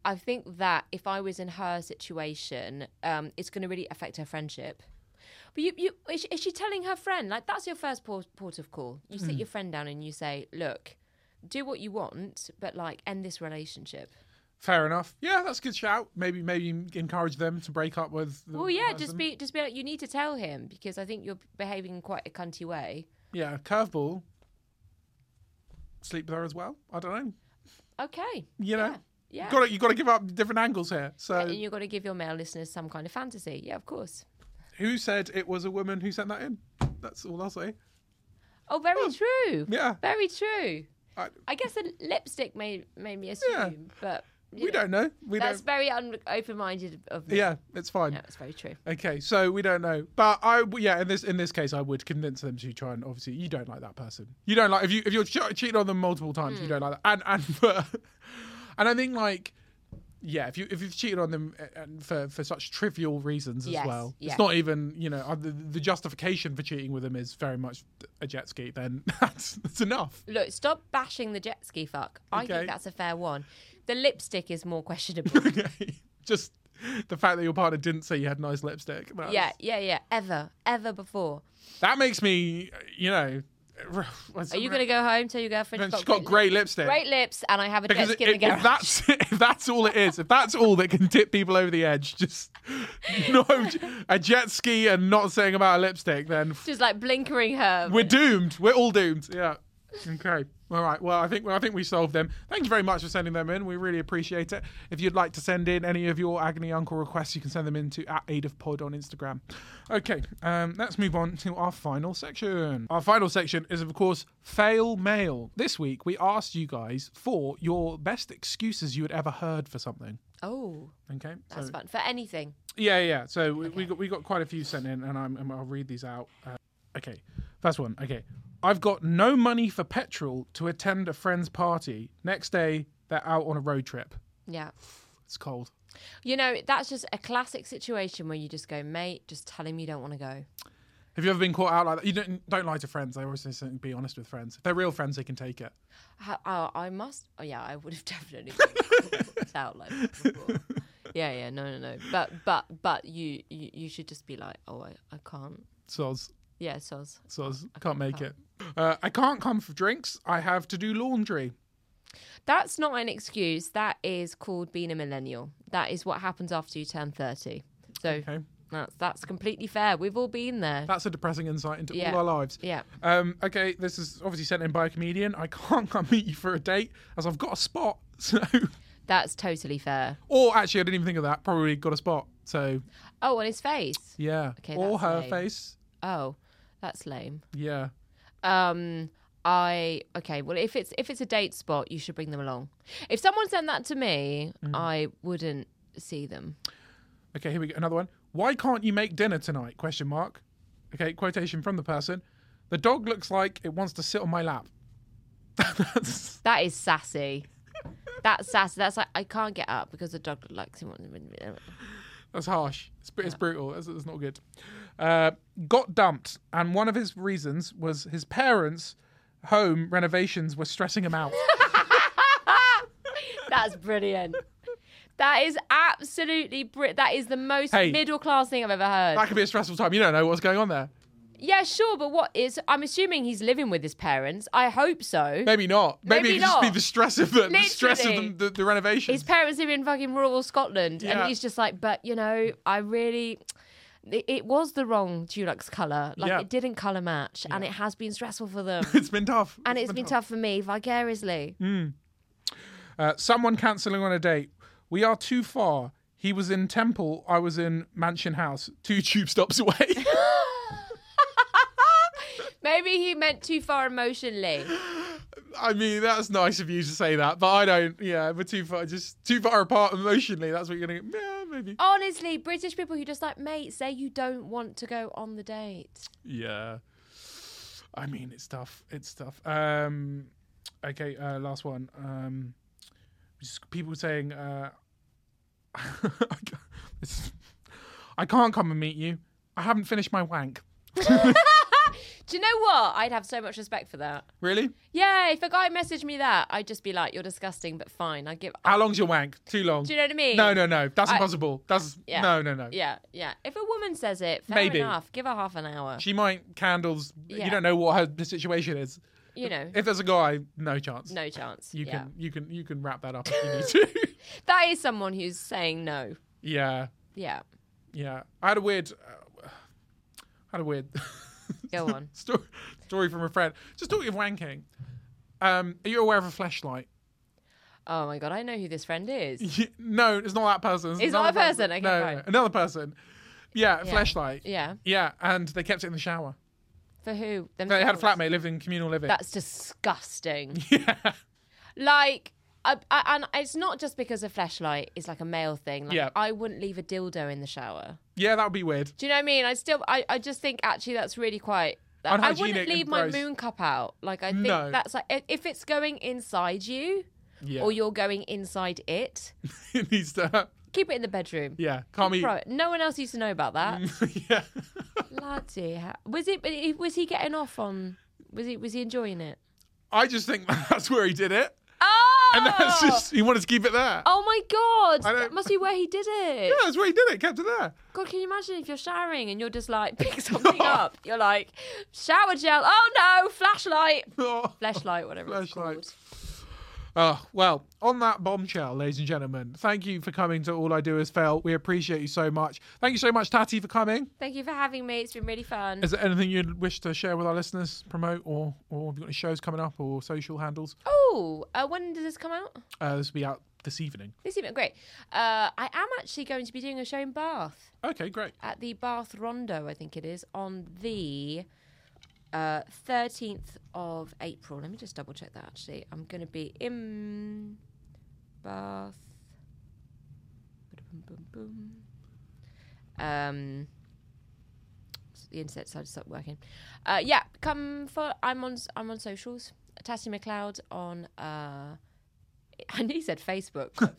I think that if I was in her situation, um, it's going to really affect her friendship. But you, you is, she, is she telling her friend like that's your first port, port of call? You
Hmm.
sit your friend down and you say, look. Do what you want, but like end this relationship.
Fair enough. Yeah, that's a good shout. Maybe maybe encourage them to break up with. the
Well, yeah,
person.
just be, just be like, you need to tell him because I think you're behaving in quite a cunty way.
Yeah, curveball. Sleep there as well. I don't know.
Okay,
You know.
yeah.
Got You got to give up different angles here. So
and you've got to give your male listeners some kind of fantasy. Yeah, of course.
who said it was a woman who sent that in? That's all I'll say.
Oh, very true.
Hmm. Yeah.
Very true.
I-
I, guess the lipstick made made me assume,
Yeah.
but you
We
know,
don't know. We
That's
don't.
very un- open-minded of me.
Yeah, it's fine.
no, it's very true.
Okay, so we don't know, but I yeah in this in this case I would convince them to try and obviously you don't like that person. You don't like if you if you're che- cheating on them multiple times
Hmm.
you don't like that and and for, and I think like yeah if you if you've cheated on them uh, and for for such trivial reasons as
Yes,
well
yeah.
it's not even you know uh, the, the justification for cheating with them is very much a jet ski then that's that's enough.
Look, stop bashing the jet ski fuck. I
Okay.
think that's a fair one. The lipstick is more questionable.
Just the fact that your partner didn't say you had nice lipstick. that's-
yeah, yeah, yeah. Ever, ever before.
that makes me you know.
Are you going to go home tell your girlfriend
And
she's
she's got grey lipstick.
great lips and I have a jet
because
ski
it-
in the
if
garage?
that's if that's all it is, if that's all that can tip people over the edge, just no a jet ski and not saying about a lipstick, then
Just like blinkering her.
we're doomed. We're all doomed. Yeah. Okay. All right. Well, I think well, I think we solved them. Thank you very much for sending them in. We really appreciate it. If you'd like to send in any of your agony uncle requests, you can send them in to at aid of pod on Instagram. Okay. Um, let's move on to our final section. Our final section is of course fail mail. This week we asked you guys for your best excuses you had ever heard for something.
oh,
Okay.
that's
so,
fun. For anything.
yeah, yeah. So we, we got we got quite a few sent in, and I'm, and I'll read these out. Uh, okay, first one. Okay, I've got no money for petrol to attend a friend's party. Next day, they're out on a road trip.
Yeah.
It's cold.
You know, that's just a classic situation where you just go, mate, just tell him you don't want to go.
Have you ever been caught out like that? You don't don't lie to friends. I always say be honest with friends. If they're real friends, they can take it.
How, oh, I must. Oh, yeah, I would have definitely been caught out like that before. Yeah, yeah, no, no, no. But, but, but you, you, you should just be like, oh, I, I can't.
Soz,
Yeah, soz.
soz, can't make it. Uh, I can't come for drinks. I have to do laundry.
That's not an excuse. That is called being a millennial. That is what happens after you turn 30. So
Okay.
That's that's completely fair. We've all been there.
That's a depressing insight into
Yeah.
all our lives.
Yeah.
Um, okay, this is obviously sent in by a comedian. I can't come meet you for a date as I've got a spot. So,
That's totally fair.
or actually, I didn't even think of that. Probably got a spot. So
Oh, on his face.
yeah,
Okay,
or
that's
her
lame.
face.
Oh, that's lame.
Yeah,
Um, I okay. Well, if it's if it's a date spot, you should bring them along. If someone sent that to me, I wouldn't see them.
Okay, here we go. Another one. Why can't you make dinner tonight? Question mark. Okay, quotation from the person. The dog looks like it wants to sit on my lap. That's-
That is sassy. That's sassy. That's like I can't get up because the dog likes him.
That's harsh. It's, br- it's brutal. That's, that's not good. Uh, got dumped, and one of his reasons was his parents' home renovations were stressing him out.
That's brilliant. That is absolutely br- that is the most
Hey.
middle class thing I've ever heard.
that could be a stressful time. You don't know what's going on there.
yeah, sure, but what is? I'm assuming he's living with his parents. I hope so.
Maybe not. Maybe,
Maybe
it could just be
not.
the stress of the, the stress of
Literally.
the, the, the renovations.
His parents live in fucking rural Scotland,
Yeah.
and he's just like, but you know, I really. It it was the wrong Dulux colour. Like,
Yeah.
it didn't colour match, and it has been stressful for them.
it's Mm. been tough.
and it's been tough for me vicariously.
Uh, someone cancelling on a date. We are too far. He was in Temple. I was in Mansion House. Two tube stops away.
Maybe he meant too far emotionally.
I mean, that's nice of you to say that, but I don't. Yeah, we're too far. Just too far apart emotionally. That's what you're gonna. Yeah, maybe.
Honestly, British people who just like, mate, say you don't want to go on the date.
Yeah. I mean, it's tough. It's tough. Um, okay, uh, last one. Um, just people saying, uh, I ca- this- I can't come and meet you. I haven't finished my wank.
Do you know what? I'd have so much respect for that.
Really?
Yeah, if a guy messaged me that, I'd just be like, you're disgusting, but fine. I give.
How long's your wank? Too long.
Do you know what I mean?
No, no, no. That's
I-
impossible. That's
Yeah.
no, no, no.
Yeah, yeah. If a woman says it, fair
Maybe.
enough. Give her half an hour.
She might candles.
Yeah.
You don't know what her the situation is.
you know,
If there's a guy, no chance.
no chance.
You
yeah.
can you can you can wrap that up if you need to.
That is someone who's saying no.
yeah,
Yeah.
yeah. I had a weird, uh, I had a weird
Go on.
story, story from a friend. Just talking of wanking. Um, are you aware of a flashlight?
Oh my god, I know who this friend is.
no, it's not that person.
It's not
another
that person. Okay,
No, no,
fine.
no, another person. Yeah, flashlight.
Yeah.
Yeah, and they kept it in the shower.
For who?
They had a
Themselves.
flatmate living in communal living.
That's disgusting.
yeah.
like, I, I, and it's not just because a flashlight is like a male thing. Like,
Yeah.
I wouldn't leave a dildo in the shower.
Yeah, that would be weird.
Do you know what I mean? I still, I, I just think actually that's really quite. I
Unhygienic
wouldn't leave
and
my
gross.
moon cup out. Like, I think
No.
that's like, if- if it's going inside you
Yeah.
or you're going inside it,
it needs to.
keep it in the bedroom.
Yeah, can't eat.
Bro, no one else used to know about that.
Mm. yeah.
Laddie, ha- was it? Was he getting off on? Was he? Was he enjoying it?
I just think that's where he did it,
Oh,
and that's just he wanted to keep it there.
Oh my god!
I don't-
That must be where he did it.
Yeah, that's where he did it. Kept it there.
God, can you imagine if you're showering and you're just like pick something up? You're like shower gel. Oh no, flashlight,
Oh.
flashlight, whatever.
Flashlight.
It's called.
Oh, well, on that bombshell, ladies and gentlemen, thank you for coming to All I Do Is Fail. We appreciate you so much. Thank you so much, Tati, for coming.
Thank you for having me. It's been really fun.
Is there anything you'd wish to share with our listeners, promote, or or have you got any shows coming up or social handles?
Oh, uh, when does this come out?
Uh, this will be out this evening.
This evening, great. Uh, I am actually going to be doing a show in Bath.
Okay, great.
at the Bath Rondo, I think it is, on the uh, thirteenth of April. Let me just double check that. Actually, I'm going to be in Bath. Boom, boom, boom. Um, s- the internet decided to stop working. Uh, yeah, come for. I'm on. s- I'm on socials. Tassie McLeod on. Uh, I nearly said Facebook. but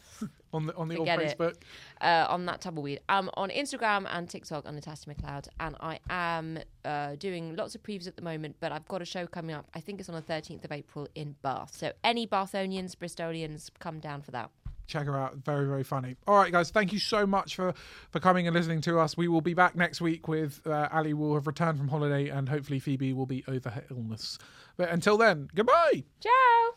On the on the old
Forget it.
Facebook.
uh, on that tumbleweed. I'm on Instagram and TikTok under Tasty McLeod, and I am uh, doing lots of previews at the moment. But I've got a show coming up. I think it's on the 13th of April in Bath. So any Bathonians, Bristolians, come down for that.
check her out very very funny all right guys thank you so much for for coming and listening to us we will be back next week with uh, ali will have returned from holiday and hopefully phoebe will be over her illness but until then goodbye
Ciao.